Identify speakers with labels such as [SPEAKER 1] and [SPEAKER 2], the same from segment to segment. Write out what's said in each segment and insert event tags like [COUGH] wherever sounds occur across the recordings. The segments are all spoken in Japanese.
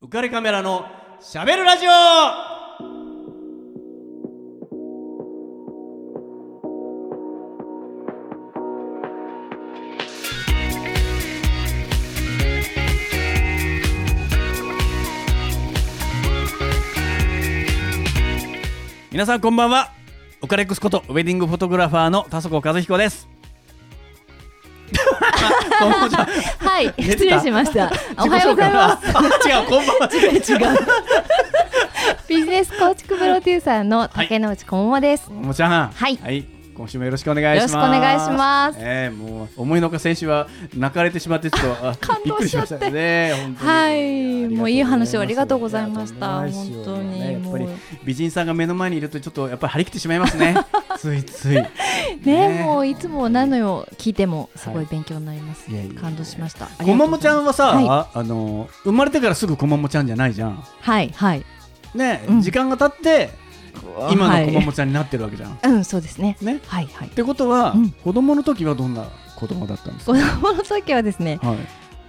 [SPEAKER 1] 浮かれカメラのしゃべるラジオ皆さんこんばんは浮かれックスことウェディングフォトグラファーの田底和彦です
[SPEAKER 2] [LAUGHS]
[SPEAKER 1] このじゃ
[SPEAKER 2] はい、
[SPEAKER 1] 出た
[SPEAKER 2] 失礼しました。おはようございます。 [LAUGHS]
[SPEAKER 1] す。あ違う、こんばんは。
[SPEAKER 2] 違う。ビジネス構築プロデューサーの竹之内こももです。
[SPEAKER 1] ももちゃん。
[SPEAKER 2] はい
[SPEAKER 1] 今週もよろしくお願いします。
[SPEAKER 2] よろしくお願いします
[SPEAKER 1] ええもう思いのほか先週は泣かれてしまってちょっとあ
[SPEAKER 2] [LAUGHS] 感
[SPEAKER 1] びっく
[SPEAKER 2] 動
[SPEAKER 1] りし
[SPEAKER 2] しちゃ
[SPEAKER 1] ま
[SPEAKER 2] っ
[SPEAKER 1] してたね。本当に
[SPEAKER 2] はいもういい話を
[SPEAKER 1] あ
[SPEAKER 2] あ
[SPEAKER 1] り
[SPEAKER 2] り
[SPEAKER 1] が
[SPEAKER 2] が
[SPEAKER 1] と
[SPEAKER 2] と
[SPEAKER 1] う
[SPEAKER 2] う
[SPEAKER 1] ご
[SPEAKER 2] ご
[SPEAKER 1] ざ
[SPEAKER 2] ざ
[SPEAKER 1] い
[SPEAKER 2] い
[SPEAKER 1] ま
[SPEAKER 2] ますした
[SPEAKER 1] いやとんでも
[SPEAKER 2] 本当に
[SPEAKER 1] ないですよねやっぱり
[SPEAKER 2] もう
[SPEAKER 1] 美人さんが目の前にいるとちょっとやっぱり張り切ってしまいますね。ついつい。
[SPEAKER 2] [LAUGHS] ね、もういつも何のよ聞いてもすご
[SPEAKER 1] はい
[SPEAKER 2] い勉強になります
[SPEAKER 1] いやいやい。や
[SPEAKER 2] 感動しました。
[SPEAKER 1] こまもちゃん
[SPEAKER 2] は
[SPEAKER 1] はさ、
[SPEAKER 2] は
[SPEAKER 1] あの生まれてからすぐこまもちゃんじゃないじゃん。
[SPEAKER 2] はいはい。
[SPEAKER 1] ね、
[SPEAKER 2] うん
[SPEAKER 1] 時間が経って今のこま
[SPEAKER 2] は
[SPEAKER 1] もちゃんになってるわけじゃん。
[SPEAKER 2] いうん、そうですね。
[SPEAKER 1] ね。
[SPEAKER 2] はいはい
[SPEAKER 1] っ。てことは、
[SPEAKER 2] うん
[SPEAKER 1] 子供の時はどんな子供だったんですか
[SPEAKER 2] 子。供の時はですね、
[SPEAKER 1] はい。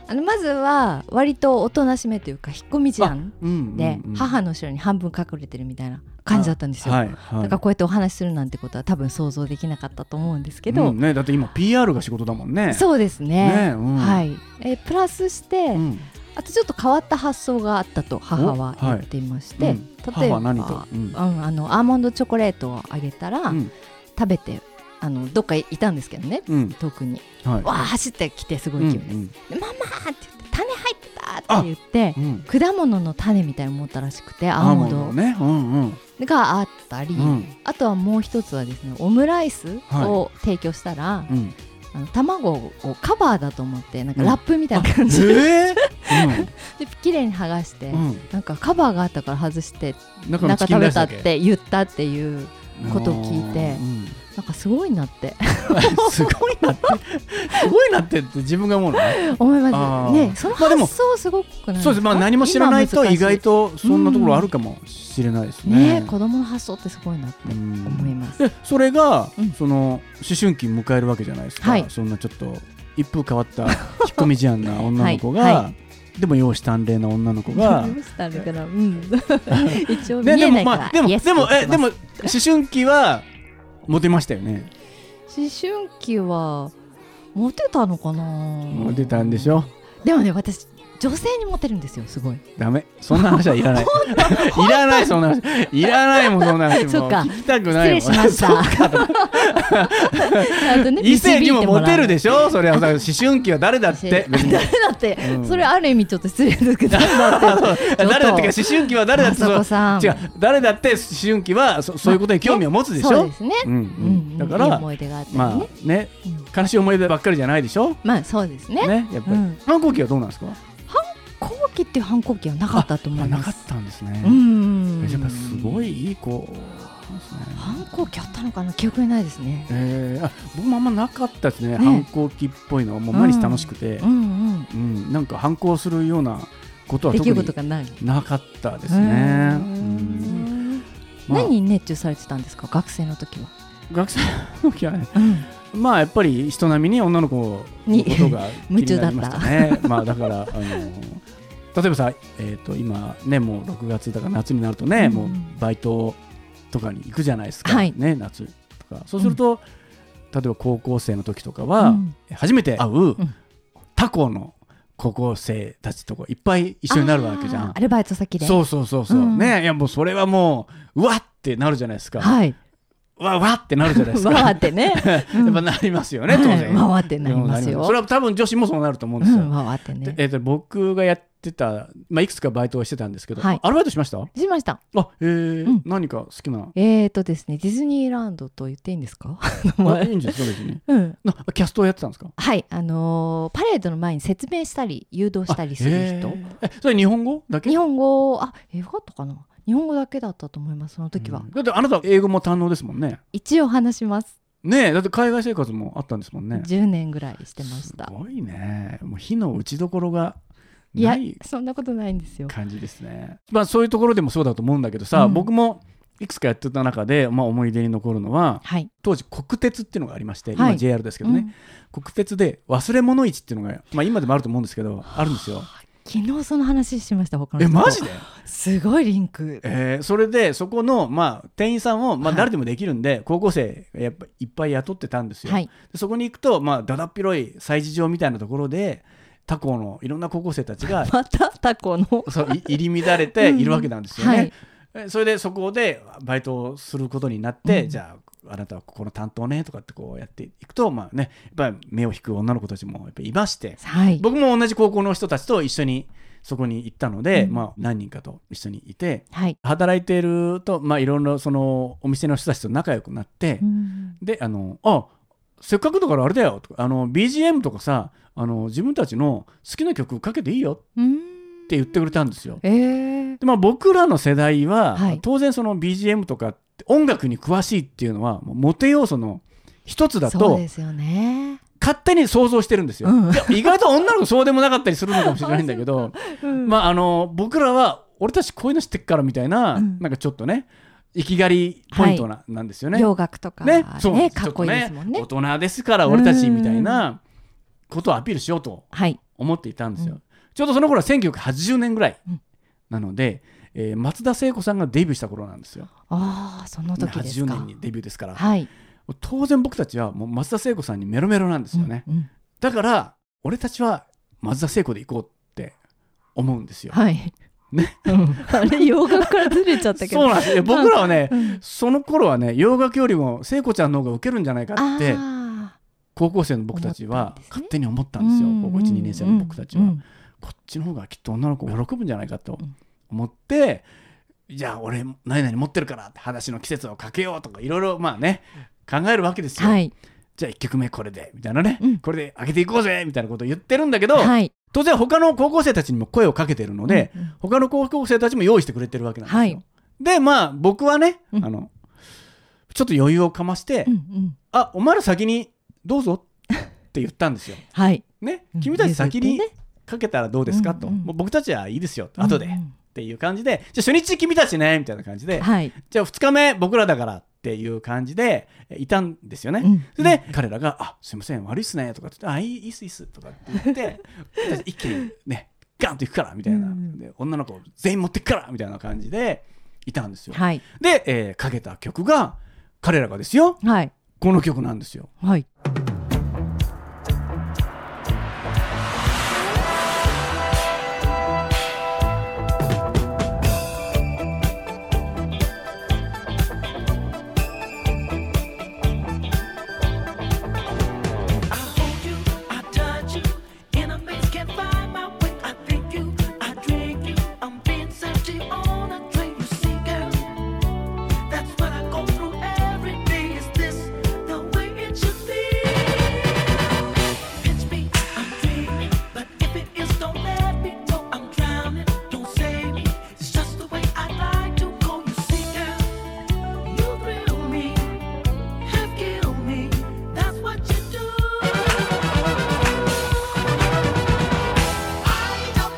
[SPEAKER 2] あのまずは割とおとなしめというか引っ込み思案
[SPEAKER 1] うんうんうん
[SPEAKER 2] で母の後ろに半分隠れてるみたいな感じだったんですよ。
[SPEAKER 1] はいはい、
[SPEAKER 2] だからこうやってお話しするなんてことは多分想像できなかったと思うんですけど、
[SPEAKER 1] うんね、だって今 PR が仕事だもんね。
[SPEAKER 2] そうですね
[SPEAKER 1] ねうん
[SPEAKER 2] はい、えプラスして、
[SPEAKER 1] うん
[SPEAKER 2] あとちょっと変わった発想があったと母は言っていまして、
[SPEAKER 1] うん
[SPEAKER 2] 例え
[SPEAKER 1] 母は
[SPEAKER 2] ば
[SPEAKER 1] 何と、うん
[SPEAKER 2] うんあのアーモンドチョコレートをあげたら、
[SPEAKER 1] うん
[SPEAKER 2] 食べてあのどっかいたんですけどね
[SPEAKER 1] うん
[SPEAKER 2] 遠くに
[SPEAKER 1] はい、
[SPEAKER 2] わあ走ってきてすご
[SPEAKER 1] う
[SPEAKER 2] い
[SPEAKER 1] んう
[SPEAKER 2] 勢いで,、
[SPEAKER 1] ん
[SPEAKER 2] でママーって言って種入ってたって言って。
[SPEAKER 1] うん、
[SPEAKER 2] 果物の種みたいに思ったらしくてアーモン
[SPEAKER 1] のね、うんうん
[SPEAKER 2] ドがあったり、
[SPEAKER 1] うん
[SPEAKER 2] あとはもう一つはですねオムライスを提供したら、
[SPEAKER 1] うん、
[SPEAKER 2] あの卵をカバーだと思ってなんかラップみたいな感じ、で
[SPEAKER 1] え
[SPEAKER 2] 綺麗に剥がして、
[SPEAKER 1] ー、うん、う
[SPEAKER 2] [LAUGHS]
[SPEAKER 1] ん、
[SPEAKER 2] なんかカバーがあったから外して
[SPEAKER 1] だ
[SPEAKER 2] なんか食べたっ
[SPEAKER 1] って
[SPEAKER 2] 言ったっていうことを聞いて
[SPEAKER 1] う
[SPEAKER 2] なんかすごいなって
[SPEAKER 1] ん、 [LAUGHS] すごいなって、すごいなってって自分が思うのね。
[SPEAKER 2] [LAUGHS] 思い
[SPEAKER 1] あ
[SPEAKER 2] ま
[SPEAKER 1] ー
[SPEAKER 2] すねその
[SPEAKER 1] まあでも
[SPEAKER 2] 発想すごくないですか
[SPEAKER 1] そうです、まあ何も知らないと
[SPEAKER 2] 今は難し
[SPEAKER 1] 意外とそんなところあるかもしれないです
[SPEAKER 2] ね
[SPEAKER 1] ね。
[SPEAKER 2] 子供の発想ってすごいなって
[SPEAKER 1] うん
[SPEAKER 2] 思
[SPEAKER 1] [LAUGHS]
[SPEAKER 2] います、
[SPEAKER 1] でそれが、
[SPEAKER 2] うん
[SPEAKER 1] その思春期迎えるわけじゃないですか、
[SPEAKER 2] はい
[SPEAKER 1] そんなちょっと一風変わった引っ込み思案な女の子が、
[SPEAKER 2] はいは
[SPEAKER 1] でも容姿端麗な女の子
[SPEAKER 2] [LAUGHS]
[SPEAKER 1] が
[SPEAKER 2] どうし
[SPEAKER 1] [LAUGHS]
[SPEAKER 2] たのかなうん [LAUGHS] 一応
[SPEAKER 1] で
[SPEAKER 2] 見
[SPEAKER 1] で
[SPEAKER 2] えな
[SPEAKER 1] も
[SPEAKER 2] いから
[SPEAKER 1] まあでも
[SPEAKER 2] イエス
[SPEAKER 1] でもえ
[SPEAKER 2] って
[SPEAKER 1] で
[SPEAKER 2] 言っ
[SPEAKER 1] も
[SPEAKER 2] て
[SPEAKER 1] 思春期はモテましたよね
[SPEAKER 2] ます思春期はモテたのかな
[SPEAKER 1] モテたんでしょ
[SPEAKER 2] でもね私女性にモテるんですよすごい
[SPEAKER 1] ダメそんな話はい
[SPEAKER 2] [LAUGHS]
[SPEAKER 1] らないいらないそんな話いらないもんそんな話
[SPEAKER 2] [LAUGHS] そ
[SPEAKER 1] も
[SPEAKER 2] っ
[SPEAKER 1] う
[SPEAKER 2] か
[SPEAKER 1] 聞きたくないもん
[SPEAKER 2] 失礼しました
[SPEAKER 1] [LAUGHS] そっか
[SPEAKER 2] あとね
[SPEAKER 1] 異性にもモテる
[SPEAKER 2] で
[SPEAKER 1] でしょそれはさ思春期は誰だって別に [LAUGHS]
[SPEAKER 2] 誰だって、
[SPEAKER 1] うん
[SPEAKER 2] それある意味ちょっと失礼ですけど
[SPEAKER 1] 誰だってか思春期は誰だって
[SPEAKER 2] あそこさん
[SPEAKER 1] 違う誰だって思春期はそそういうことに興味を持つでし
[SPEAKER 2] そう
[SPEAKER 1] ょ
[SPEAKER 2] で、すね、
[SPEAKER 1] うんう
[SPEAKER 2] うん
[SPEAKER 1] ん、だか
[SPEAKER 2] いい
[SPEAKER 1] ら
[SPEAKER 2] 思い出があったりね、
[SPEAKER 1] まあね悲しい思い出ばっかりじゃないでしょ
[SPEAKER 2] まあそうですね
[SPEAKER 1] ねやっぱ
[SPEAKER 2] う
[SPEAKER 1] り
[SPEAKER 2] ん
[SPEAKER 1] 反抗期はどうなんですか
[SPEAKER 2] 後期っていう反抗期はなかったと思い
[SPEAKER 1] な
[SPEAKER 2] ま
[SPEAKER 1] か
[SPEAKER 2] す
[SPEAKER 1] ったんです
[SPEAKER 2] う
[SPEAKER 1] ね
[SPEAKER 2] ん
[SPEAKER 1] やっぱすごいいい子ですね
[SPEAKER 2] 反抗期あったのかな記憶にないですね
[SPEAKER 1] えーあ僕もあんまなかったですね
[SPEAKER 2] ね
[SPEAKER 1] 反抗期っぽいのはもう毎日楽しくて
[SPEAKER 2] う、んうん
[SPEAKER 1] うん、なんか反抗するようなことは
[SPEAKER 2] 出
[SPEAKER 1] 特
[SPEAKER 2] 来
[SPEAKER 1] に
[SPEAKER 2] 事がない
[SPEAKER 1] なかったです
[SPEAKER 2] う
[SPEAKER 1] ね
[SPEAKER 2] ん。
[SPEAKER 1] うんまあ
[SPEAKER 2] 何に熱中されてたんですか学生の時は、
[SPEAKER 1] 学生の時はね
[SPEAKER 2] うん、
[SPEAKER 1] まあやっぱり人並みに女の子のことが気
[SPEAKER 2] に夢
[SPEAKER 1] に
[SPEAKER 2] 中
[SPEAKER 1] な
[SPEAKER 2] だっ
[SPEAKER 1] り
[SPEAKER 2] た
[SPEAKER 1] ました
[SPEAKER 2] [LAUGHS]
[SPEAKER 1] ね。まあだからあの例えばさ、えー、と今ねもう6月だから夏になるとね、
[SPEAKER 2] うん
[SPEAKER 1] もうバイトとかに行くじゃないですか、
[SPEAKER 2] はい
[SPEAKER 1] ね、夏とかそうすると、例えば高校生の時とかは、
[SPEAKER 2] うん
[SPEAKER 1] 初めて会う、
[SPEAKER 2] ん
[SPEAKER 1] 他校の高校生たちとこういっぱい一緒になるわけじゃ
[SPEAKER 2] あ
[SPEAKER 1] ん
[SPEAKER 2] ーア。ルバイト先で
[SPEAKER 1] そうそうそうそう、
[SPEAKER 2] うん
[SPEAKER 1] ねいやもうそれはもううわってなるじゃないですか、
[SPEAKER 2] はい
[SPEAKER 1] わわってなるじゃないです
[SPEAKER 2] [LAUGHS]
[SPEAKER 1] か
[SPEAKER 2] わーっ
[SPEAKER 1] [LAUGHS]
[SPEAKER 2] てね
[SPEAKER 1] やっぱなりますよね、当然。
[SPEAKER 2] はいわーってなりますよ
[SPEAKER 1] それは多分女子もそうなると思うん
[SPEAKER 2] う
[SPEAKER 1] ですよ。
[SPEAKER 2] んわーわーってね
[SPEAKER 1] でえっと僕がやってた、まあ、いくつかバイトをしてたんですけど、
[SPEAKER 2] はい
[SPEAKER 1] アルバイトしましたあ
[SPEAKER 2] しました
[SPEAKER 1] えー
[SPEAKER 2] うん
[SPEAKER 1] 何か好きな。
[SPEAKER 2] えーとですねディズニーランドと言っていいんですか [LAUGHS] 名
[SPEAKER 1] あい
[SPEAKER 2] 前
[SPEAKER 1] いんですか、別に。
[SPEAKER 2] うん
[SPEAKER 1] なキャストをやってたんですか
[SPEAKER 2] はいあのーパレードの前に説明したり誘導したりする人
[SPEAKER 1] あえーえそれ日本語だけ
[SPEAKER 2] 日本語あ英語だったかな日本語だけだったと思いますその時は、
[SPEAKER 1] うんだってあなた英語も堪能ですもんね。
[SPEAKER 2] 一応話します、
[SPEAKER 1] ねえ、だって海外生活もあったんですもんね。
[SPEAKER 2] 10年ぐらいしてました
[SPEAKER 1] すごいね。もう火の打ちどころが
[SPEAKER 2] いや
[SPEAKER 1] ない
[SPEAKER 2] そんなことないんですよ
[SPEAKER 1] 感じですね。まあそういうところでもそうだと思うんだけどさ、
[SPEAKER 2] うん
[SPEAKER 1] 僕もいくつかやってた中で、まあ、思い出に残るのは
[SPEAKER 2] はい
[SPEAKER 1] 当時国鉄っていうのがありまして、
[SPEAKER 2] は
[SPEAKER 1] 今
[SPEAKER 2] い
[SPEAKER 1] JR ですけどね、国鉄で忘れ物市っていうのが、まあ、今でもあると思うんですけどあるんですよ
[SPEAKER 2] うん昨日その話しました他の
[SPEAKER 1] え
[SPEAKER 2] 人と
[SPEAKER 1] マジです
[SPEAKER 2] ごいリンク
[SPEAKER 1] えーそれでそこの、まあ、店員さんを、まあ、
[SPEAKER 2] はい
[SPEAKER 1] 誰でもできるんで、高校生やっぱいっぱい雇ってたんですよ、
[SPEAKER 2] はい
[SPEAKER 1] でそこに行くと、まあ、だだっ広い催事場みたいなところで他校のいろんな高校生たちが
[SPEAKER 2] またタコの
[SPEAKER 1] そうい入り乱れているわけなんですよね、
[SPEAKER 2] うんうん
[SPEAKER 1] えそれでそこでバイトをすることになって、
[SPEAKER 2] うん
[SPEAKER 1] じゃああなたはここの担当ねとかってこうやっていくと、まあね、やっぱり目を引く女の子たちもやっぱいまして
[SPEAKER 2] はい
[SPEAKER 1] 僕も同じ高校の人たちと一緒にそこに行ったので、
[SPEAKER 2] うん
[SPEAKER 1] まあ、何人かと一緒にいて
[SPEAKER 2] はい、
[SPEAKER 1] 働いていると、まあ、いろんなそのお店の人たちと仲良くなって、
[SPEAKER 2] うん
[SPEAKER 1] であのあせっかくだからあれだよとかあの BGM とかさあの自分たちの好きな曲かけていいよって言ってくれたんですよ。
[SPEAKER 2] えー
[SPEAKER 1] でまあ、僕らの世代は、
[SPEAKER 2] はい
[SPEAKER 1] 当然その BGM とかって音楽に詳しいっていうのはもうモテ要素の一つだ
[SPEAKER 2] そう
[SPEAKER 1] と
[SPEAKER 2] ですよね、
[SPEAKER 1] 勝手に想像してるんです
[SPEAKER 2] [LAUGHS]
[SPEAKER 1] よ。
[SPEAKER 2] うん
[SPEAKER 1] 意外と女の子そうでもなかったりするのかもしれないんだけ
[SPEAKER 2] [LAUGHS]
[SPEAKER 1] ど。
[SPEAKER 2] うん
[SPEAKER 1] まああの僕らは俺たちこういうの知ってっからみたいな、
[SPEAKER 2] うん
[SPEAKER 1] なんかちょっとね生きがりポイントな,、なんですよね。
[SPEAKER 2] 洋楽とかね
[SPEAKER 1] ねそう
[SPEAKER 2] かっこいいですもんね
[SPEAKER 1] ちょっと大人ですから俺たちみたいなことをアピールしようと
[SPEAKER 2] はい
[SPEAKER 1] 思っていたんですよ。
[SPEAKER 2] う
[SPEAKER 1] ちょうどその頃は1980年ぐらい
[SPEAKER 2] うん
[SPEAKER 1] なので、えー松田聖子さんがデビューした頃なんですよ。
[SPEAKER 2] ああその時です
[SPEAKER 1] 80
[SPEAKER 2] か
[SPEAKER 1] 年にデビューですから、
[SPEAKER 2] はい、
[SPEAKER 1] 当然僕たちはもう松田聖子さんにメロメロなんですよね。
[SPEAKER 2] うんうん
[SPEAKER 1] だから俺たちは松田聖子で行こうって思うんですよ。
[SPEAKER 2] はい
[SPEAKER 1] ね
[SPEAKER 2] うんあれ洋楽からずれちゃったけど
[SPEAKER 1] そうなんですよ僕らはね、
[SPEAKER 2] うん
[SPEAKER 1] その頃はね洋楽よりも聖子ちゃんの方がウケるんじゃないかって
[SPEAKER 2] あ
[SPEAKER 1] 高校生の僕たちは
[SPEAKER 2] 思ったんですね
[SPEAKER 1] 勝手に思った
[SPEAKER 2] ー
[SPEAKER 1] んですよ、
[SPEAKER 2] うん
[SPEAKER 1] 高校12年生の僕たちは、
[SPEAKER 2] うんうん
[SPEAKER 1] こっちの方がきっと女の子が喜ぶんじゃないかと
[SPEAKER 2] うん
[SPEAKER 1] 思って、じゃあ俺何々持ってるからって話の季節をかけようとかいろいろまあね考えるわけですよ、
[SPEAKER 2] はい
[SPEAKER 1] じゃあ1曲目これでみたいなね、
[SPEAKER 2] うん
[SPEAKER 1] これで上げていこうぜみたいなことを言ってるんだけど、
[SPEAKER 2] はい
[SPEAKER 1] 当然他の高校生たちにも声をかけてるので、
[SPEAKER 2] うんうん
[SPEAKER 1] 他の高校生たちも用意してくれてるわけなんですよ。
[SPEAKER 2] はい
[SPEAKER 1] でまあ僕はね、
[SPEAKER 2] うん
[SPEAKER 1] あのちょっと余裕をかまして「
[SPEAKER 2] うんうん
[SPEAKER 1] あお前ら先にどうぞ」って言ったんですよ。
[SPEAKER 2] はい
[SPEAKER 1] ね
[SPEAKER 2] う、ん
[SPEAKER 1] 君たち先に
[SPEAKER 2] 譲ってね
[SPEAKER 1] かけたらどうですかと、
[SPEAKER 2] うんうん
[SPEAKER 1] もう僕たちはいいですよ後で、
[SPEAKER 2] うんう
[SPEAKER 1] っ
[SPEAKER 2] ん
[SPEAKER 1] ていう感じでじゃあ初日君たちねみたいな感じで、
[SPEAKER 2] はい
[SPEAKER 1] じゃあ2日目僕らだからっていう感じでえいたんですよね。
[SPEAKER 2] うん
[SPEAKER 1] それで、彼らが「あすいません悪いっすね」とかって言って「あいいいいっすいいっす」とかって言って私一気にねガンと行くからみたいな、
[SPEAKER 2] うんうん
[SPEAKER 1] で女の子全員持ってくからみたいな感じでいたんですよ。
[SPEAKER 2] はい
[SPEAKER 1] で、えーかけた曲が彼らがですよ
[SPEAKER 2] はい
[SPEAKER 1] この曲なんですよ。
[SPEAKER 2] はい
[SPEAKER 3] I hold you, I touch you, in a maze can't find my way. I think you, I drink you, I'm being searched on a train. You see, girl, that's what I go through every day. Is this the way it should be? Pinch me, I'm dreaming, but if it is, don't let me go. I'm drowning, don't save me. It's just the way I like to go. You see, girl, you thrill me have killed me. That's what you do. I don't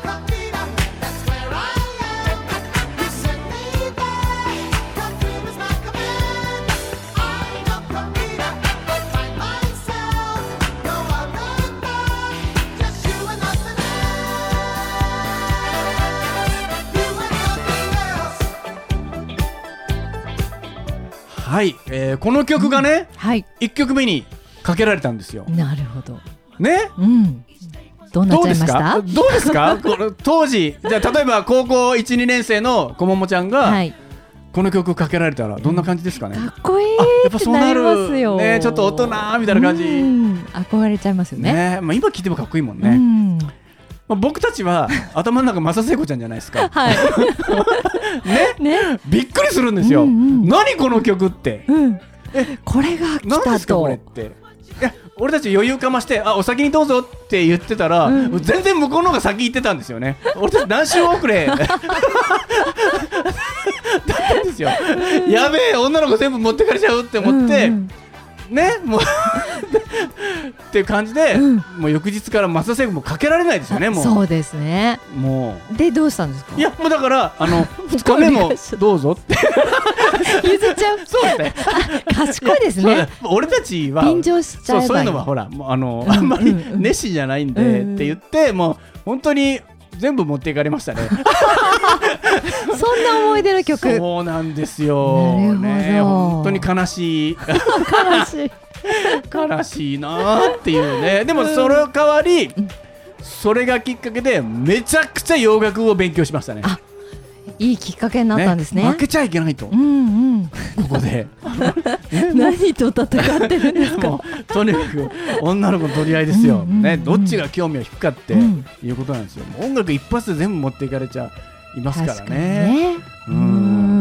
[SPEAKER 3] That's where I am. You sent me there. Your dream is my command. I don't I find myself. No other man. Just you and nothing else. You and nothing else.
[SPEAKER 1] はい、えーこの曲がね、
[SPEAKER 2] はい
[SPEAKER 1] 1曲目にかけられたんですよ。
[SPEAKER 2] なるほど
[SPEAKER 1] ね
[SPEAKER 2] うんどうなっ
[SPEAKER 1] どう
[SPEAKER 2] ち
[SPEAKER 1] で
[SPEAKER 2] ゃい
[SPEAKER 1] す
[SPEAKER 2] まし
[SPEAKER 1] か
[SPEAKER 2] た
[SPEAKER 1] どうですかこれ当時じゃあ例えば高校12年生のこももちゃんが、
[SPEAKER 2] はい
[SPEAKER 1] この曲かけられたらどんな感じですかね、
[SPEAKER 2] かっこいい
[SPEAKER 1] あやっぱ
[SPEAKER 2] って
[SPEAKER 1] そうな
[SPEAKER 2] なり
[SPEAKER 1] る
[SPEAKER 2] ますよ
[SPEAKER 1] ねちょっと大人みたいな感じ
[SPEAKER 2] うん憧れちゃいますよね
[SPEAKER 1] ねまあ、今聞いてもかっこいいもん
[SPEAKER 2] う
[SPEAKER 1] ね、
[SPEAKER 2] ん
[SPEAKER 1] まあ、僕たちは頭の中マサセイコちゃんじゃないです
[SPEAKER 2] [LAUGHS]
[SPEAKER 1] か
[SPEAKER 2] はい
[SPEAKER 1] [LAUGHS]
[SPEAKER 2] ね [LAUGHS] ね
[SPEAKER 1] びっくりするんですよ、
[SPEAKER 2] うんうん
[SPEAKER 1] 何この曲って
[SPEAKER 2] うんこれが来
[SPEAKER 1] 何で
[SPEAKER 2] た
[SPEAKER 1] すか
[SPEAKER 2] と
[SPEAKER 1] これっていや俺たち余裕かましてあお先にどうぞって言ってたら、
[SPEAKER 2] うんうん
[SPEAKER 1] 全然向こうの方が先行ってたんですよね俺たち何周遅
[SPEAKER 2] [LAUGHS]
[SPEAKER 1] れだったんですよ、やべえ女の子全部持ってかれちゃうって思って、
[SPEAKER 2] うんうん
[SPEAKER 1] ねもうっていう感じで、
[SPEAKER 2] うん
[SPEAKER 1] もう翌日からマサセイコもかけられないですよねもう
[SPEAKER 2] そうですね
[SPEAKER 1] も
[SPEAKER 2] でどうしたんですか
[SPEAKER 1] ういやもうだからあ
[SPEAKER 2] [LAUGHS]
[SPEAKER 1] の2日目もどうぞって
[SPEAKER 2] 譲っちゃう
[SPEAKER 1] そうですね
[SPEAKER 2] 賢いです
[SPEAKER 1] そうだ
[SPEAKER 2] ね
[SPEAKER 1] 俺たちは
[SPEAKER 2] 便乗しち
[SPEAKER 1] そう
[SPEAKER 2] ゃえばいい
[SPEAKER 1] そういうのはほらもうあの、
[SPEAKER 2] うん
[SPEAKER 1] あんまり
[SPEAKER 2] うんうん
[SPEAKER 1] 熱心じゃないん
[SPEAKER 2] うん
[SPEAKER 1] で、
[SPEAKER 2] うん
[SPEAKER 1] って言ってもう本当に全部持っていかれました
[SPEAKER 2] [LAUGHS]
[SPEAKER 1] ね。
[SPEAKER 2] そんな思い出の曲悲
[SPEAKER 1] そうなんですよ。
[SPEAKER 2] なるほど
[SPEAKER 1] ね、本当に悲しい、
[SPEAKER 2] しい
[SPEAKER 1] 悲しいなーっていうね。でも、その代わり、それがきっかけで、めちゃくちゃ洋楽を勉強しましたね。
[SPEAKER 2] あいいきっかけになったんですね
[SPEAKER 1] 負けちゃいけないと、
[SPEAKER 2] う
[SPEAKER 1] こ
[SPEAKER 2] んうん
[SPEAKER 1] こで。
[SPEAKER 2] 何と戦ってるんですか
[SPEAKER 1] もうとにかく女の子の取り合いですよ、
[SPEAKER 2] うんうんうん
[SPEAKER 1] ね、どっちが興味を引くかって
[SPEAKER 2] うん
[SPEAKER 1] いうことなんですよ、音楽一発で全部持っていかれちゃいますから
[SPEAKER 2] 確かに
[SPEAKER 1] ね
[SPEAKER 2] ね
[SPEAKER 1] う
[SPEAKER 2] うん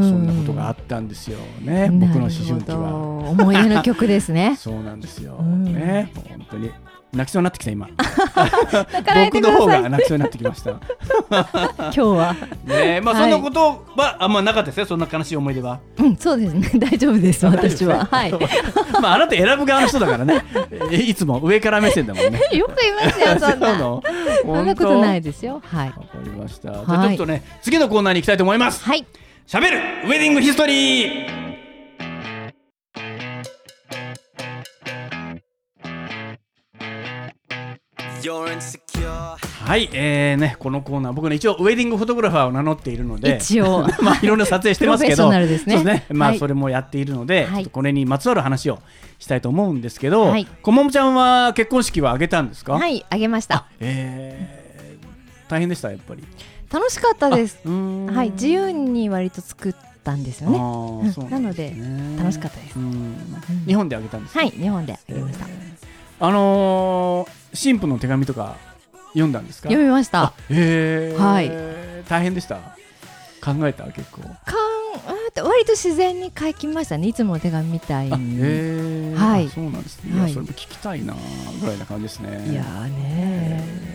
[SPEAKER 2] ん
[SPEAKER 1] そんなことがあったんですよね僕の思春期
[SPEAKER 2] なる
[SPEAKER 1] は
[SPEAKER 2] ほど思い出の曲で
[SPEAKER 1] [LAUGHS]
[SPEAKER 2] すね
[SPEAKER 1] そうなんですよ、
[SPEAKER 2] うん
[SPEAKER 1] ね本当に泣きそうになってきた
[SPEAKER 2] [LAUGHS]
[SPEAKER 1] 今
[SPEAKER 2] だからや
[SPEAKER 1] 僕
[SPEAKER 2] めてく
[SPEAKER 1] の
[SPEAKER 2] だ
[SPEAKER 1] 方
[SPEAKER 2] さい
[SPEAKER 1] が泣きそうになってきました
[SPEAKER 2] 今日は
[SPEAKER 1] ねまあ
[SPEAKER 2] は
[SPEAKER 1] そん
[SPEAKER 2] い
[SPEAKER 1] なことはあんまなかったですねそんな悲しい思い出は [LAUGHS]
[SPEAKER 2] うんそうですね [LAUGHS] 大丈夫です私はは
[SPEAKER 1] 大
[SPEAKER 2] い
[SPEAKER 1] 丈夫ですねまああなた選ぶ側の人だからねえいつも上から目線だもんね
[SPEAKER 2] よく言いますよそん
[SPEAKER 1] [LAUGHS] そうな
[SPEAKER 2] な
[SPEAKER 1] の
[SPEAKER 2] そんなことないですよはい
[SPEAKER 1] わかりました。じゃあ
[SPEAKER 2] はい
[SPEAKER 1] ちょっとね、次のコーナーに行きたいと思います。
[SPEAKER 2] はい
[SPEAKER 1] しゃべるウェディングヒストリー。
[SPEAKER 4] You're insecure.
[SPEAKER 1] はい、えー、ね、このコーナー、僕ね、一応ウェディングフォトグラファーを名乗っているので。[LAUGHS]
[SPEAKER 2] 一応
[SPEAKER 1] まあ、いろんな撮影してますけど。
[SPEAKER 2] プロフェッショナルですね
[SPEAKER 1] そうまあ、
[SPEAKER 2] はい
[SPEAKER 1] それもやっているので、
[SPEAKER 2] は
[SPEAKER 1] ちょっ
[SPEAKER 2] い
[SPEAKER 1] とこれにまつわる話をしたいと思うんですけど。
[SPEAKER 2] はい
[SPEAKER 1] こももちゃんは結婚式は挙げたんですか。。
[SPEAKER 2] はいいあげました
[SPEAKER 1] えー、大変でした、やっぱり。
[SPEAKER 2] 楽しかったです
[SPEAKER 1] うーん
[SPEAKER 2] はい自由に割と作ったんですよね
[SPEAKER 1] あ
[SPEAKER 2] うん
[SPEAKER 1] あ、そう
[SPEAKER 2] なんの
[SPEAKER 1] です
[SPEAKER 2] で
[SPEAKER 1] ね
[SPEAKER 2] 楽しかったです
[SPEAKER 1] うん日本で挙げたんですか
[SPEAKER 2] はい日本であげました
[SPEAKER 1] あのー、神父の手紙とか読んだんですか
[SPEAKER 2] 読みました
[SPEAKER 1] へえ
[SPEAKER 2] はい
[SPEAKER 1] 大変でした考えた結構
[SPEAKER 2] かんあーって割と自然に書きましたねいつもの手紙みたい
[SPEAKER 1] あへ
[SPEAKER 2] に
[SPEAKER 1] え、
[SPEAKER 2] はい
[SPEAKER 1] あそうなんですね、いや
[SPEAKER 2] はい
[SPEAKER 1] それも聞きたいなぐらいな感じですね
[SPEAKER 2] いやーねー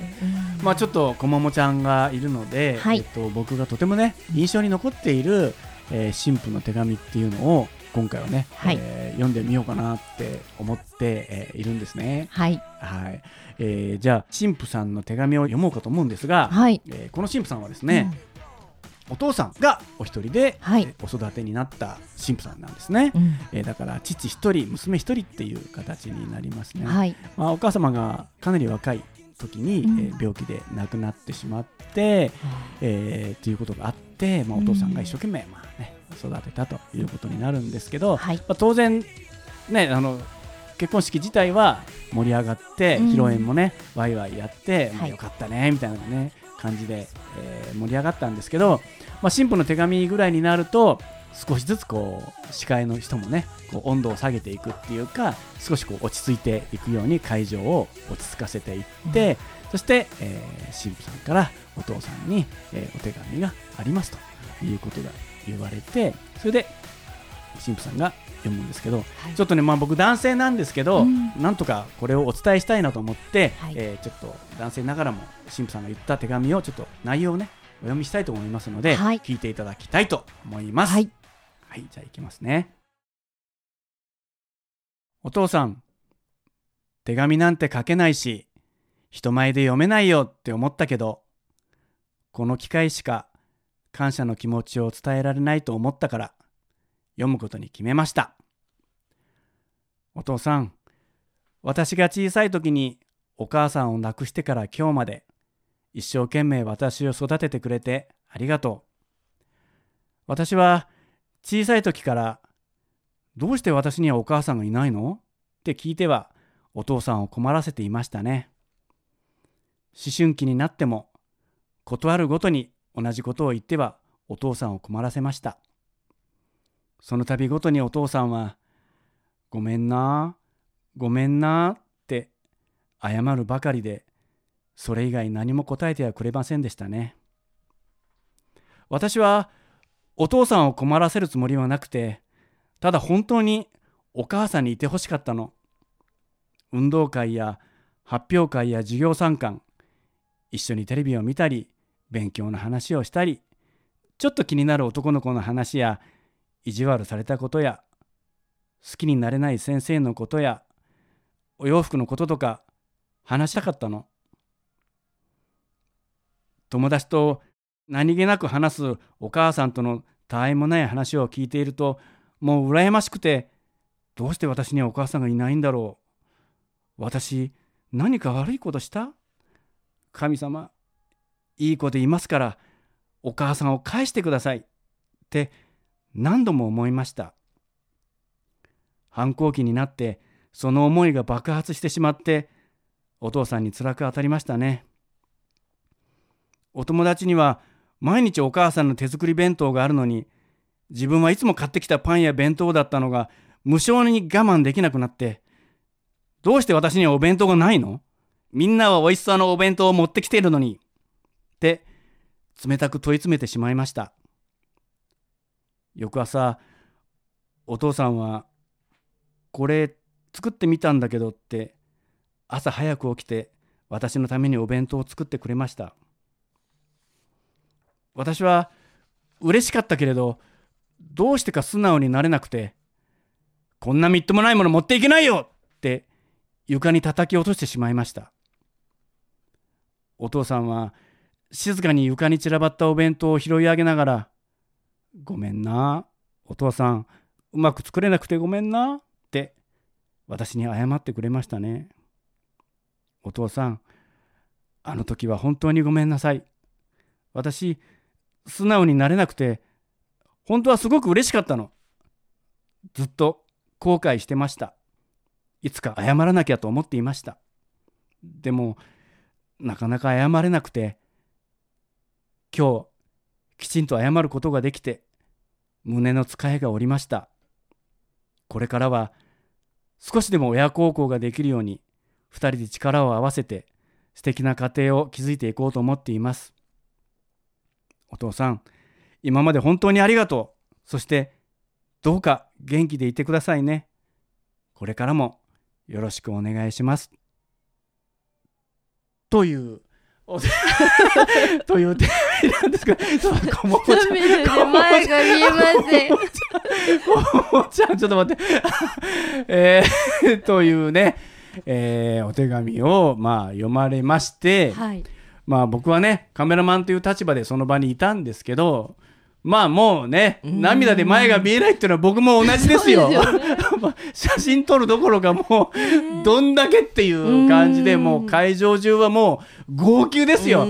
[SPEAKER 1] まあちょっとこももちゃんがいるので、
[SPEAKER 2] はい
[SPEAKER 1] えっと、僕がとてもね印象に残っている、えー、神父の手紙っていうのを今回はね、
[SPEAKER 2] はい
[SPEAKER 1] えー読んでみようかなって思って、えーいるんですね
[SPEAKER 2] はい
[SPEAKER 1] はい、えーじゃあ神父さんの手紙を読もうかと思うんですが、
[SPEAKER 2] はい
[SPEAKER 1] えーこの神父さんはですね、お父さんがお一人で、
[SPEAKER 2] はい
[SPEAKER 1] えーお育てになった神父さんなんですね、
[SPEAKER 2] うん
[SPEAKER 1] えーだから父一人娘一人っていう形になりますね、
[SPEAKER 2] はい
[SPEAKER 1] まあ、お母様がかなり若い時に、
[SPEAKER 2] うん
[SPEAKER 1] えー病気で亡くなってしまって、えーっていうことがあって、まあ、お父さんが一生懸命、まあね、育てたということになるんですけど、
[SPEAKER 2] はい
[SPEAKER 1] まあ、当然、ね、あの結婚式自体は盛り上がって、
[SPEAKER 2] うん
[SPEAKER 1] 披露宴もねワイワイやって、ま
[SPEAKER 2] は
[SPEAKER 1] あ、
[SPEAKER 2] い
[SPEAKER 1] よかったねみたいなね感じで、えー盛り上がったんですけど、まあ、神父の手紙ぐらいになると少しずつこう司会の人もねこう温度を下げていくっていうか少しこう落ち着いていくように会場を落ち着かせていって、そして、えー神父さんからお父さんに、えーお手紙がありますということが言われてそれで神父さんが読むんですけど、ちょっとね、まあ、僕男性なんですけど、
[SPEAKER 2] うん
[SPEAKER 1] なんとかこれをお伝えしたいなと思って、
[SPEAKER 2] はい
[SPEAKER 1] えーちょっと男性ながらも神父さんが言った手紙をちょっと内容をねお読みしたいと思いますので、
[SPEAKER 2] はい
[SPEAKER 1] 聞いていただきたいと思います。
[SPEAKER 2] はい
[SPEAKER 1] はい、じゃあ行きますね。お父さん、手紙なんて書けないし、人前で読めないよって思ったけど、この機会しか感謝の気持ちを伝えられないと思ったから、読むことに決めました。お父さん、私が小さい時にお母さんを亡くしてから今日まで、一生懸命私を育ててくれてありがとう。私は小さい時から「どうして私にはお母さんがいないの?」って聞いてはお父さんを困らせていましたね思春期になっても断るごとに同じことを言ってはお父さんを困らせましたその度ごとにお父さんは「ごめんなごめんな」って謝るばかりでそれ以外何も答えてはくれませんでしたね私はお父さんを困らせるつもりはなくてただ本当にお母さんにいてほしかったの運動会や発表会や授業参観一緒にテレビを見たり勉強の話をしたりちょっと気になる男の子の話や意地悪されたことや好きになれない先生のことやお洋服のこととか話したかったの友達と何気なく話すお母さんとの他愛もない話を聞いているともう羨ましくてどうして私にはお母さんがいないんだろう私何か悪いことした神様いい子でいますからお母さんを返してくださいって何度も思いました反抗期になってその思いが爆発してしまってお父さんに辛く当たりましたねお友達には毎日お母さんの手作り弁当があるのに自分はいつも買ってきたパンや弁当だったのが無性に我慢できなくなってどうして私にはお弁当がないのみんなは美味しそうなお弁当を持ってきているのにって冷たく問い詰めてしまいました翌朝お父さんは「これ作ってみたんだけど」って朝早く起きて私のためにお弁当を作ってくれました私は嬉しかったけれどどうしてか素直になれなくて「こんなみっともないもの持っていけないよ!」って床に叩き落としてしまいましたお父さんは静かに床に散らばったお弁当を拾い上げながら「ごめんなお父さんうまく作れなくてごめんな」って私に謝ってくれましたねお父さんあの時は本当にごめんなさい私素直になれなくて本当はすごく嬉しかったのずっと後悔してましたいつか謝らなきゃと思っていましたでもなかなか謝れなくて今日きちんと謝ることができて胸の使いがおりましたこれからは少しでも親孝行ができるように2人で力を合わせて素敵な家庭を築いていこうと思っていますお父さん今まで本当にありがとうそしてどうか元気でいてくださいねこれからもよろしくお願いしますというお [LAUGHS] という手紙なんですけどちょっとこもちゃん
[SPEAKER 2] 涙で前が見えません。
[SPEAKER 1] おもちゃん、ちょっと待って。 [LAUGHS] えーというね、えーお手紙を、まあ、読まれまして、
[SPEAKER 2] はい。
[SPEAKER 1] まあ、僕はね、カメラマンという立場でその場にいたんですけど、まあもうね、
[SPEAKER 2] ん
[SPEAKER 1] 涙で前が見えないっていうのは僕も同じですよ。
[SPEAKER 2] そうですよね
[SPEAKER 1] [LAUGHS] まあ写真撮るどころかもう、どんだけっていう感じで、
[SPEAKER 2] うん
[SPEAKER 1] もう会場中はもう、号泣ですよ。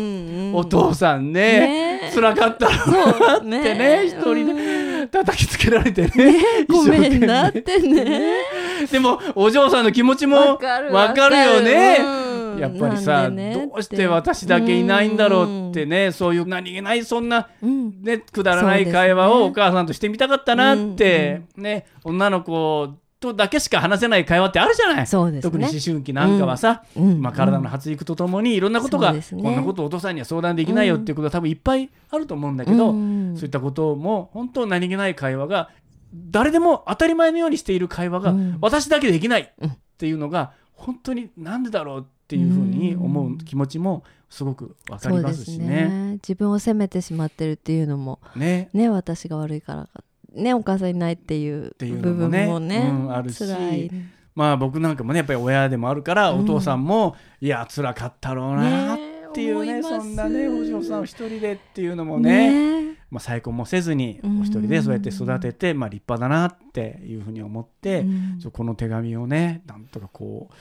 [SPEAKER 1] お父さんね
[SPEAKER 2] ねえ
[SPEAKER 1] 辛かったろうな
[SPEAKER 2] さん
[SPEAKER 1] ってね一人で叩きつけられてね
[SPEAKER 2] ごめんな
[SPEAKER 1] [LAUGHS]
[SPEAKER 2] っ
[SPEAKER 1] 一生懸
[SPEAKER 2] てね。
[SPEAKER 1] 命でもお嬢さんの気持ちも
[SPEAKER 2] わ
[SPEAKER 1] わかるよね、
[SPEAKER 2] うん
[SPEAKER 1] やっぱりさ、
[SPEAKER 2] なんでねって
[SPEAKER 1] どうして私だけいないんだろうってねそういう何気ないそんな、
[SPEAKER 2] うん
[SPEAKER 1] ね、くだらない会話
[SPEAKER 2] そ
[SPEAKER 1] を
[SPEAKER 2] うですね
[SPEAKER 1] お母さんとしてみたかったなって、ね女の子とだけしか話せない会話ってあるじゃない、
[SPEAKER 2] そうですね
[SPEAKER 1] 特に思春期なんかはさ、
[SPEAKER 2] うんうん
[SPEAKER 1] まあ、体の発育とともにいろんなことが、
[SPEAKER 2] そうですね
[SPEAKER 1] こんなことお父さんには相談できないよっていうことは多分いっぱいあると思うんだけど、
[SPEAKER 2] うんうん
[SPEAKER 1] そういったことも本当何気ない会話が誰でも当たり前のようにしている会話が、
[SPEAKER 2] うん
[SPEAKER 1] 私だけできないっていうのが本当になんでだろうっていうふうに思う気持ちもすごくわか
[SPEAKER 2] そ
[SPEAKER 1] り
[SPEAKER 2] う
[SPEAKER 1] ま
[SPEAKER 2] です
[SPEAKER 1] し
[SPEAKER 2] す
[SPEAKER 1] ね。
[SPEAKER 2] ね。自分を責めてしまってるっていうのも
[SPEAKER 1] ね
[SPEAKER 2] ね私が悪いからねお母さんいないっていう
[SPEAKER 1] ていう
[SPEAKER 2] 部
[SPEAKER 1] のも
[SPEAKER 2] 分
[SPEAKER 1] ね
[SPEAKER 2] もね
[SPEAKER 1] うんあるし
[SPEAKER 2] 辛い
[SPEAKER 1] まあ僕なんかもねやっぱり親でもあるから、
[SPEAKER 2] うん
[SPEAKER 1] お父さんもいや辛かったろうなっていうね
[SPEAKER 2] ね思いま
[SPEAKER 1] そ
[SPEAKER 2] す
[SPEAKER 1] んなねお嬢さんを一人でっていうのもね
[SPEAKER 2] ね
[SPEAKER 1] まあ、再婚もせずに
[SPEAKER 2] うん
[SPEAKER 1] お一人でそうやって育てて、まあ、立派だなっていうふうに思って、
[SPEAKER 2] うん
[SPEAKER 1] そうこの手紙をねなんとかこう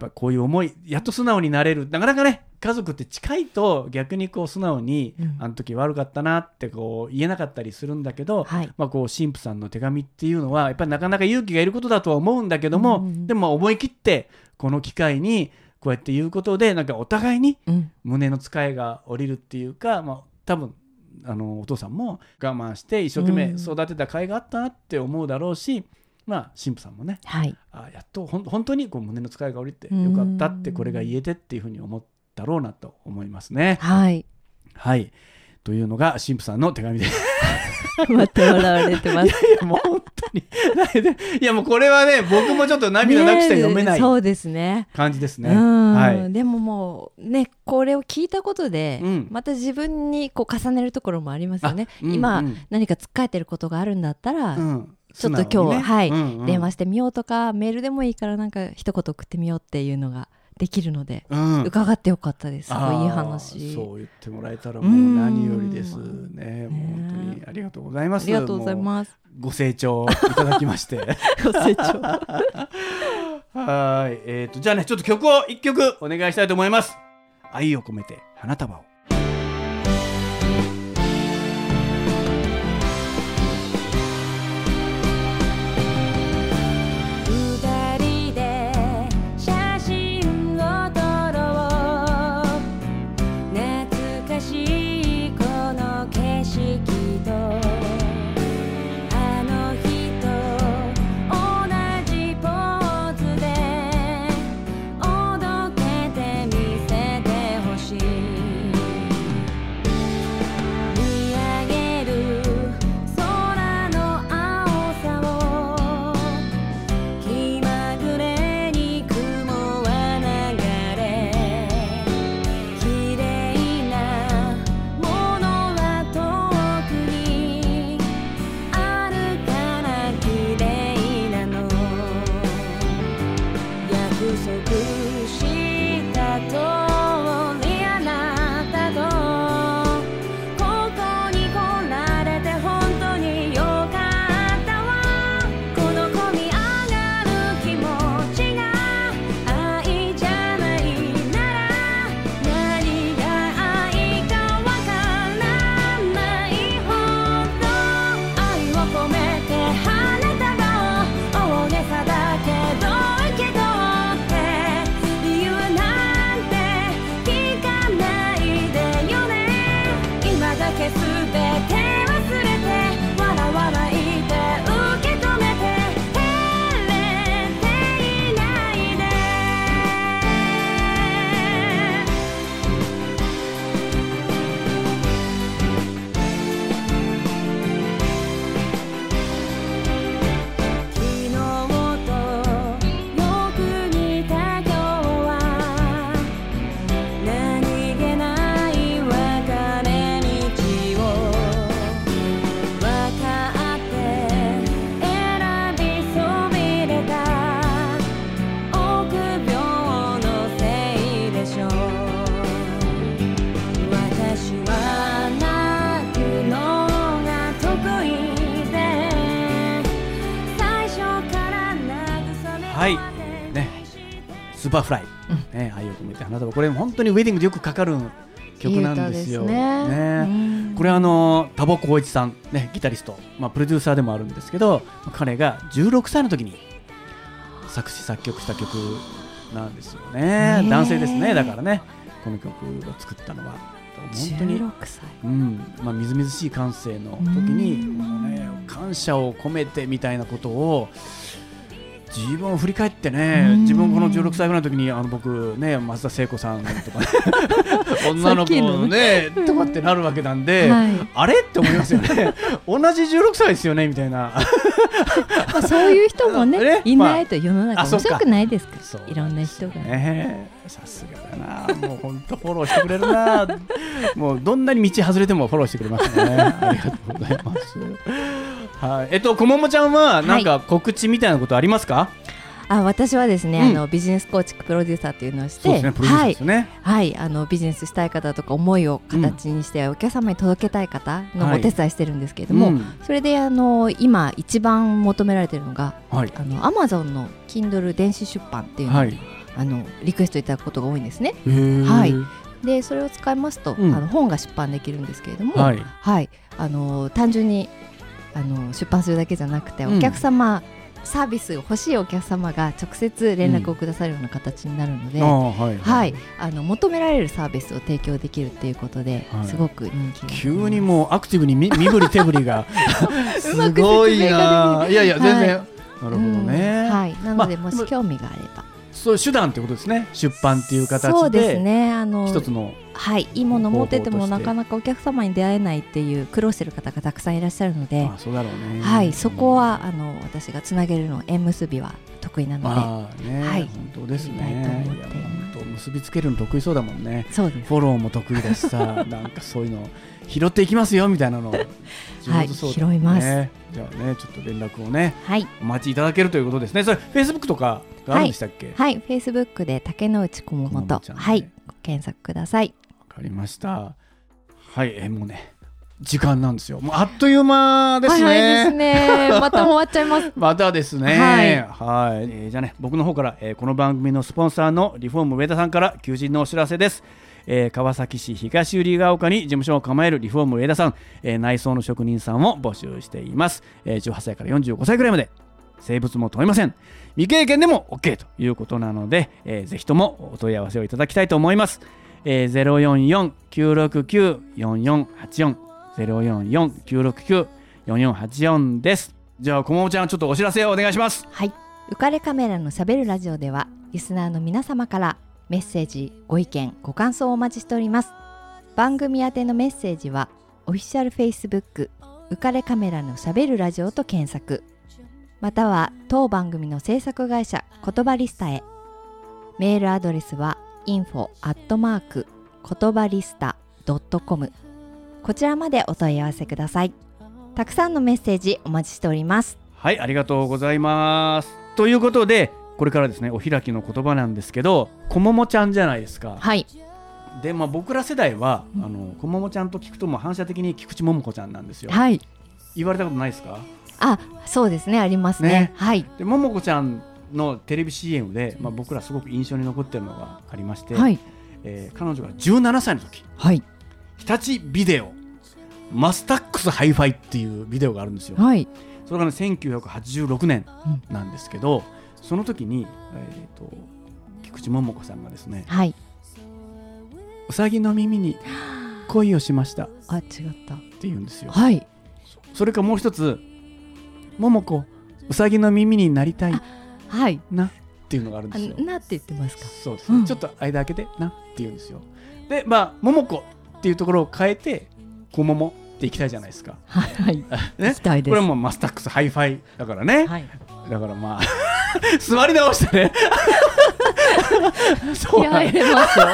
[SPEAKER 1] やっぱこういう思いやっと素直になれるなかなかね家族って近いと逆にこう素直に、
[SPEAKER 2] うん
[SPEAKER 1] あの時悪かったなってこう言えなかったりするんだけど、
[SPEAKER 2] はい
[SPEAKER 1] まあ、こう神父さんの手紙っていうのはやっぱりなかなか勇気がいることだとは思うんだけども、
[SPEAKER 2] うん
[SPEAKER 1] でも思い切ってこの機会にこうやって言うことでなんかお互いに
[SPEAKER 2] うん
[SPEAKER 1] 胸の使いが下りるっていうか、まあ、多分あのお父さんも我慢して一生懸命
[SPEAKER 2] うん
[SPEAKER 1] 育てた甲斐があったなって思うだろうし、まあ神父さんもね
[SPEAKER 2] はい
[SPEAKER 1] あやっとほん本当にこう胸の使いが下りて
[SPEAKER 2] うん
[SPEAKER 1] よかったってこれが言えてっていうふうに思ったろうなと思いますね。
[SPEAKER 2] はい [LAUGHS]
[SPEAKER 1] はいというのが神父さんの手紙です。
[SPEAKER 2] また笑われてま
[SPEAKER 1] [LAUGHS]
[SPEAKER 2] す
[SPEAKER 1] いやもう本当にないでいやもうこれはね僕もちょっと涙なくして読めない
[SPEAKER 2] ねそうですね
[SPEAKER 1] 感じですね。
[SPEAKER 2] うん、
[SPEAKER 1] はい、
[SPEAKER 2] でももうねこれを聞いたことで、
[SPEAKER 1] うん
[SPEAKER 2] また自分にこう重ねるところもありますよね、
[SPEAKER 1] あうん
[SPEAKER 2] 今、
[SPEAKER 1] うん
[SPEAKER 2] 何かつっかえてることがあるんだったら、
[SPEAKER 1] うん
[SPEAKER 2] ちょっと今日
[SPEAKER 1] 素直に
[SPEAKER 2] は、
[SPEAKER 1] ね
[SPEAKER 2] はい、
[SPEAKER 1] うんうん
[SPEAKER 2] 電話してみようとかメールでもいいからなんか一言送ってみようっていうのができるので、
[SPEAKER 1] うん
[SPEAKER 2] 伺ってよかったですすごいいい
[SPEAKER 1] あー
[SPEAKER 2] 話
[SPEAKER 1] そう言ってもらえたらもう何よりです
[SPEAKER 2] うん
[SPEAKER 1] ね
[SPEAKER 2] ね
[SPEAKER 1] もう本当にありがとうござい
[SPEAKER 2] あ
[SPEAKER 1] ます
[SPEAKER 2] りがとうござい
[SPEAKER 1] も
[SPEAKER 2] ます
[SPEAKER 1] うご清聴いただきまして
[SPEAKER 2] [LAUGHS] ご清聴
[SPEAKER 1] はーいえー、とじゃあねちょっと曲を一曲お願いしたいと思います愛を込めて花束を
[SPEAKER 3] 「
[SPEAKER 1] スーパーフライ、ね、愛を込めて花束これ本当にウェディングでよくかかる曲なんですよ。
[SPEAKER 2] いい歌ですねうん
[SPEAKER 1] これあのタバコ光一さん、ね、ギタリスト、まあ、プロデューサーでもあるんですけど彼が16歳の時に作詞作曲した曲なんですよね
[SPEAKER 2] ねえ
[SPEAKER 1] 男性ですねだからねこの曲を作ったのは本当に
[SPEAKER 2] 16歳
[SPEAKER 1] うんまあ、みずみずしい感性の時に、もうね、感謝を込めてみたいなことを自分を振り返ってね
[SPEAKER 2] うん
[SPEAKER 1] 自分この16歳ぐらいの時にあの僕ね松田聖子さん
[SPEAKER 2] [LAUGHS]
[SPEAKER 1] とか、ね、女の子のね
[SPEAKER 2] のね
[SPEAKER 1] とかってなるわけなんで、
[SPEAKER 2] はい
[SPEAKER 1] あれって思いますよ
[SPEAKER 2] [LAUGHS]
[SPEAKER 1] ね同じ16歳ですよねみたいな
[SPEAKER 2] まあ、そういう人も
[SPEAKER 1] あ [LAUGHS] れ
[SPEAKER 2] ねいないと世の
[SPEAKER 1] まああそ
[SPEAKER 2] 中面
[SPEAKER 1] っか
[SPEAKER 2] 白くないですから、
[SPEAKER 1] そう
[SPEAKER 2] [LAUGHS] いろんな人が、
[SPEAKER 1] ねさすがだなもう本当フォローしてくれるなもうどんなに道外れてもフォローしてくれますねありがとうございますはいえっとこももちゃんはなんか告知みたいなことありますか、
[SPEAKER 2] あ私はですね、
[SPEAKER 1] うん
[SPEAKER 2] あのビジネス構築プロデューサーというのをして
[SPEAKER 1] そうですねプロデューサーですよね、
[SPEAKER 2] はい、はい、あのビジネスしたい方とか思いを形にして、お客様に届けたい方の
[SPEAKER 1] はい
[SPEAKER 2] お手伝いしてるんですけれども、
[SPEAKER 1] うん
[SPEAKER 2] それであの今一番求められてるのが
[SPEAKER 1] はい
[SPEAKER 2] あの Amazon の Kindle 電子出版っていうのを、
[SPEAKER 1] はい
[SPEAKER 2] あのリクエストいただくことが多いんですね。
[SPEAKER 1] へー
[SPEAKER 2] はいでそれを使いますと、
[SPEAKER 1] うん
[SPEAKER 2] あの本が出版できるんですけれども、
[SPEAKER 1] はい
[SPEAKER 2] はい、あの単純にあの出版するだけじゃなくて、
[SPEAKER 1] うん
[SPEAKER 2] お客様サービス欲しいお客様が直接連絡をくださるような形になるので、
[SPEAKER 1] ああはい
[SPEAKER 2] はい、あの求められるサービスを提供できるっていうことで、
[SPEAKER 1] はい
[SPEAKER 2] すごく人気が
[SPEAKER 1] 急にもうアクティブにみ身振り手振りが
[SPEAKER 2] [LAUGHS] うますく説明
[SPEAKER 1] ご
[SPEAKER 2] ができない
[SPEAKER 1] いないやいや全然、な
[SPEAKER 2] な
[SPEAKER 1] るほどね、
[SPEAKER 2] はい、なので、
[SPEAKER 1] まあ
[SPEAKER 2] もし興味があれば
[SPEAKER 1] そういう手段ってことですね出版っていう形で
[SPEAKER 2] そうですねあの
[SPEAKER 1] 一つの
[SPEAKER 2] はい、いいもの持ってて
[SPEAKER 1] 方法
[SPEAKER 2] も
[SPEAKER 1] とし
[SPEAKER 2] な
[SPEAKER 1] て
[SPEAKER 2] かなかお客様に出会えないっていう苦労してる方がたくさんいらっしゃるので
[SPEAKER 1] まあ、そうだろうね。
[SPEAKER 2] はい、そこはあの私がつなげるの縁結びは得意なの
[SPEAKER 1] まあね、
[SPEAKER 2] はい
[SPEAKER 1] 本当ですね。
[SPEAKER 2] やりたいと思
[SPEAKER 1] いや
[SPEAKER 2] っています
[SPEAKER 1] 本当結びつけるの得意そうだもんね
[SPEAKER 2] で。そうです
[SPEAKER 1] フォローも得意だし
[SPEAKER 2] [LAUGHS]
[SPEAKER 1] さ、なんかそういうの拾っていきますよみたいなの。上手そうだもんね
[SPEAKER 2] 拾います。
[SPEAKER 1] じゃあね、ちょっと連絡をね、
[SPEAKER 2] はい
[SPEAKER 1] お待ちいただけるということですね。それ、フェイスブックとかがあるんでしたっけ。わ、
[SPEAKER 2] はい、フェイスブックで竹之内小桃
[SPEAKER 1] 小桃
[SPEAKER 2] と
[SPEAKER 1] ちゃんね
[SPEAKER 2] はいご検索ください。
[SPEAKER 1] かりました。はい、えもうね、時間なんですよ。もうあっという間ですね。
[SPEAKER 2] はいはいですね。また終わっちゃい [LAUGHS] ます。
[SPEAKER 1] またですね。
[SPEAKER 2] はい
[SPEAKER 1] はい。えーじゃあね、僕の方から、えーこの番組のスポンサーのリフォーム上田さんから求人のお知らせです。えー川崎市東百合ヶ丘に事務所を構えるリフォーム上田さん、えー内装の職人さんを募集しています。えー18歳から45歳くらいまで。生物も問いません未経験でも OK ということなので、えーぜひともお問い合わせをいただきたいと思います、えー、044-969-4484 044-969-4484ですじゃあこももちゃんちょっとお知らせをお願いします
[SPEAKER 2] はい、浮かれカメラのしゃべるラジオではリスナーの皆様からメッセージ、ご意見、ご感想をお待ちしております。番組宛てのメッセージはオフィシャルフェイスブック浮かれカメラのしゃべるラジオと検索、または当番組の制作会社言葉リスタへ。メールアドレスは info アットマーク言葉リスタ .com こちらまでお問い合わせください。たくさんのメッセージお待ちしております。
[SPEAKER 1] はいありがとうございますということでこれからですねお開きの言葉なんですけどこももちゃんじゃないですか
[SPEAKER 2] はい、
[SPEAKER 1] でまあ僕ら世代はあのこももちゃんと聞くともう反射的に菊池桃子ちゃんなんですよ
[SPEAKER 2] はい。
[SPEAKER 1] 言われたことないですか
[SPEAKER 2] あ、そうですね、ありますね。
[SPEAKER 1] ね
[SPEAKER 2] はい。
[SPEAKER 1] でももこちゃんのテレビ CM で、まあ、僕らすごく印象に残ってるのがありまして、
[SPEAKER 2] はい。
[SPEAKER 1] えー彼女が17歳の時
[SPEAKER 2] はい。
[SPEAKER 1] 日立ビデオマスタックスハイファイっていうビデオがあるんですよ、
[SPEAKER 2] はい。
[SPEAKER 1] それがね1986年なんですけど、その時に、えー、と菊池桃子さんがですね
[SPEAKER 2] はい。
[SPEAKER 1] 「うさぎの耳に恋をしました」っ
[SPEAKER 2] あ、違った。
[SPEAKER 1] て言うんですよ
[SPEAKER 2] はい。
[SPEAKER 1] それかもう一つ「桃子うさぎの耳になりたい
[SPEAKER 2] はい。
[SPEAKER 1] な」っていうのがあるん
[SPEAKER 2] あ
[SPEAKER 1] ですよ
[SPEAKER 2] なって言ってますか。 [LAUGHS]
[SPEAKER 1] そうですね、
[SPEAKER 2] うん
[SPEAKER 1] ちょっと間開けてなって言うんですよでまあ「桃子」っていうところを変えて「小桃」っていきたいじゃないですか、
[SPEAKER 2] はい。
[SPEAKER 1] ね、
[SPEAKER 2] 行きたいです
[SPEAKER 1] これはもうマスタックスハイファイだからね、
[SPEAKER 2] はい。
[SPEAKER 1] だからまあ [LAUGHS] 座り直してね [LAUGHS] そう
[SPEAKER 2] 気合
[SPEAKER 1] なん
[SPEAKER 2] い入れますよ。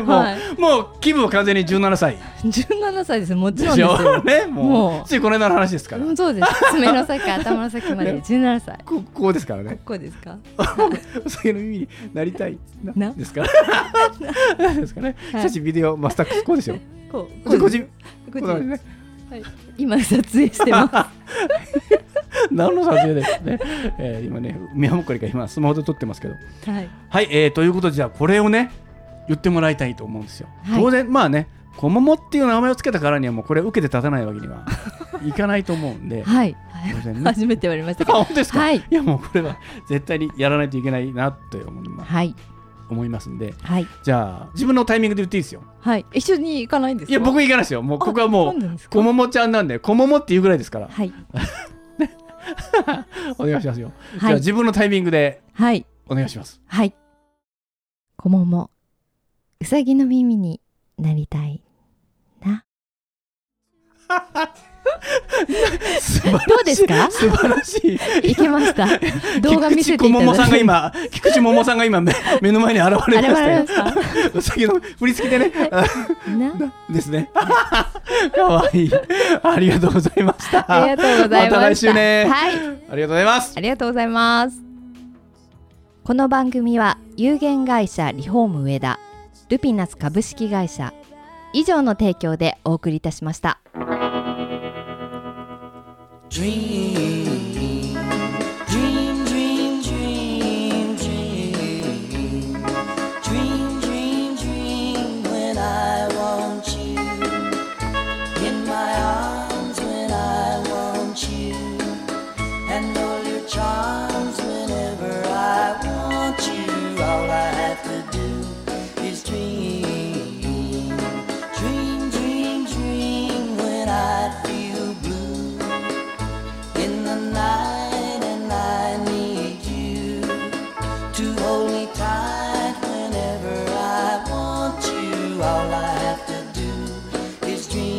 [SPEAKER 1] もう、
[SPEAKER 2] は
[SPEAKER 1] もう気分は完全に17歳
[SPEAKER 2] 十七歳です。もち
[SPEAKER 1] で
[SPEAKER 2] ろん
[SPEAKER 1] し
[SPEAKER 2] で
[SPEAKER 1] ょ
[SPEAKER 2] す
[SPEAKER 1] [LAUGHS]
[SPEAKER 2] よ。
[SPEAKER 1] ねも
[SPEAKER 2] も
[SPEAKER 1] う
[SPEAKER 2] う
[SPEAKER 1] ついこの間の話ですから、
[SPEAKER 2] うんそう [LAUGHS] です。爪の先、頭の先まで十七歳。
[SPEAKER 1] こここですからね [LAUGHS]
[SPEAKER 2] ここですか。
[SPEAKER 1] お酒の耳になりたいな
[SPEAKER 2] な
[SPEAKER 1] ですから
[SPEAKER 2] [LAUGHS]
[SPEAKER 1] ですかね、
[SPEAKER 2] はい
[SPEAKER 1] 写真ビデオマスタックスこうですよ
[SPEAKER 2] こ
[SPEAKER 1] こ
[SPEAKER 2] う。
[SPEAKER 1] っちこっち
[SPEAKER 2] こっち
[SPEAKER 1] こうだね
[SPEAKER 2] はい今撮影してます。
[SPEAKER 1] [LAUGHS] 何の撮影ですね、えー今ね宮もっこりが今スマホで撮ってますけど
[SPEAKER 2] [LAUGHS] はい、
[SPEAKER 1] はい、えーということでじゃあこれをね言ってもらいたいと思うんですよ、
[SPEAKER 2] はい
[SPEAKER 1] 当然まあね小桃っていう名前をつけたからにはもうこれ受けて立たないわけには
[SPEAKER 2] [LAUGHS]
[SPEAKER 1] いかないと思うんで、
[SPEAKER 2] はい、
[SPEAKER 1] 当然ね
[SPEAKER 2] [LAUGHS] 初めて言われました
[SPEAKER 1] あ本当ですか、
[SPEAKER 2] はい
[SPEAKER 1] いやもうこれは絶対にやらないといけないなって思いま
[SPEAKER 2] はい、
[SPEAKER 1] 思いますんで
[SPEAKER 2] はい、
[SPEAKER 1] じゃあ自分のタイミングで言っていいですよ
[SPEAKER 2] はい、一緒に行かないんですか。
[SPEAKER 1] いや僕行かないですよもうここはも
[SPEAKER 2] あそうなんで
[SPEAKER 1] う
[SPEAKER 2] すか
[SPEAKER 1] 小桃ちゃんなんで小桃っていうぐらいですから
[SPEAKER 2] はい、
[SPEAKER 1] お願いしますよ、じゃ
[SPEAKER 2] は
[SPEAKER 1] あ
[SPEAKER 2] い、
[SPEAKER 1] 自分のタイミングで
[SPEAKER 2] はい、
[SPEAKER 1] お願いします
[SPEAKER 2] はい。小桃、うさぎの耳になりたい
[SPEAKER 1] [LAUGHS]
[SPEAKER 2] な。
[SPEAKER 1] 素晴らしい
[SPEAKER 2] どうですか
[SPEAKER 1] 素晴らしい
[SPEAKER 2] [LAUGHS] いけま
[SPEAKER 1] [LAUGHS]
[SPEAKER 2] した。動画見せ
[SPEAKER 1] 菊池
[SPEAKER 2] ていた
[SPEAKER 1] 桃さ
[SPEAKER 2] だ
[SPEAKER 1] んが
[SPEAKER 2] いて。
[SPEAKER 1] 今、菊池桃さんが今目目の前に現れま
[SPEAKER 2] 現れ
[SPEAKER 1] した
[SPEAKER 2] ま
[SPEAKER 1] よ。
[SPEAKER 2] し
[SPEAKER 1] うさぎの振り付
[SPEAKER 2] [LAUGHS]
[SPEAKER 1] けでね、
[SPEAKER 2] た。な。
[SPEAKER 1] あですね。 [LAUGHS] 可愛いありがとうございました。
[SPEAKER 2] ありがとうございました。
[SPEAKER 1] また来週ね
[SPEAKER 2] はい。
[SPEAKER 1] ありがとうございます。
[SPEAKER 2] ありがとうございます。この番組は有限会社リフォーム上田ルピナス株式会社以上の提供でお送りいたしました。
[SPEAKER 4] Dream, dream, dream, dream, dream, dream, dream, dream. When I want you in my arms, when I want you, and all your charms. Whenever I want you, all I have to do is dream, dream, dream, dream. When I feel blue in the night and I need you to hold me tight whenever I want you. All I have to do is dream.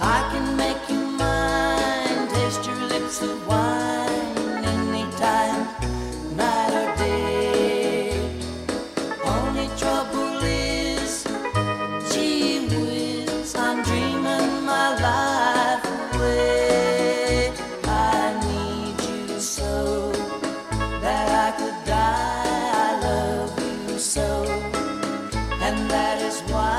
[SPEAKER 4] I can make you mine, taste your lips of wine anytime, night or day. Only trouble is Gee whiz, I'm dreaming my life away. I need you so that I could die. I love you so, and that is why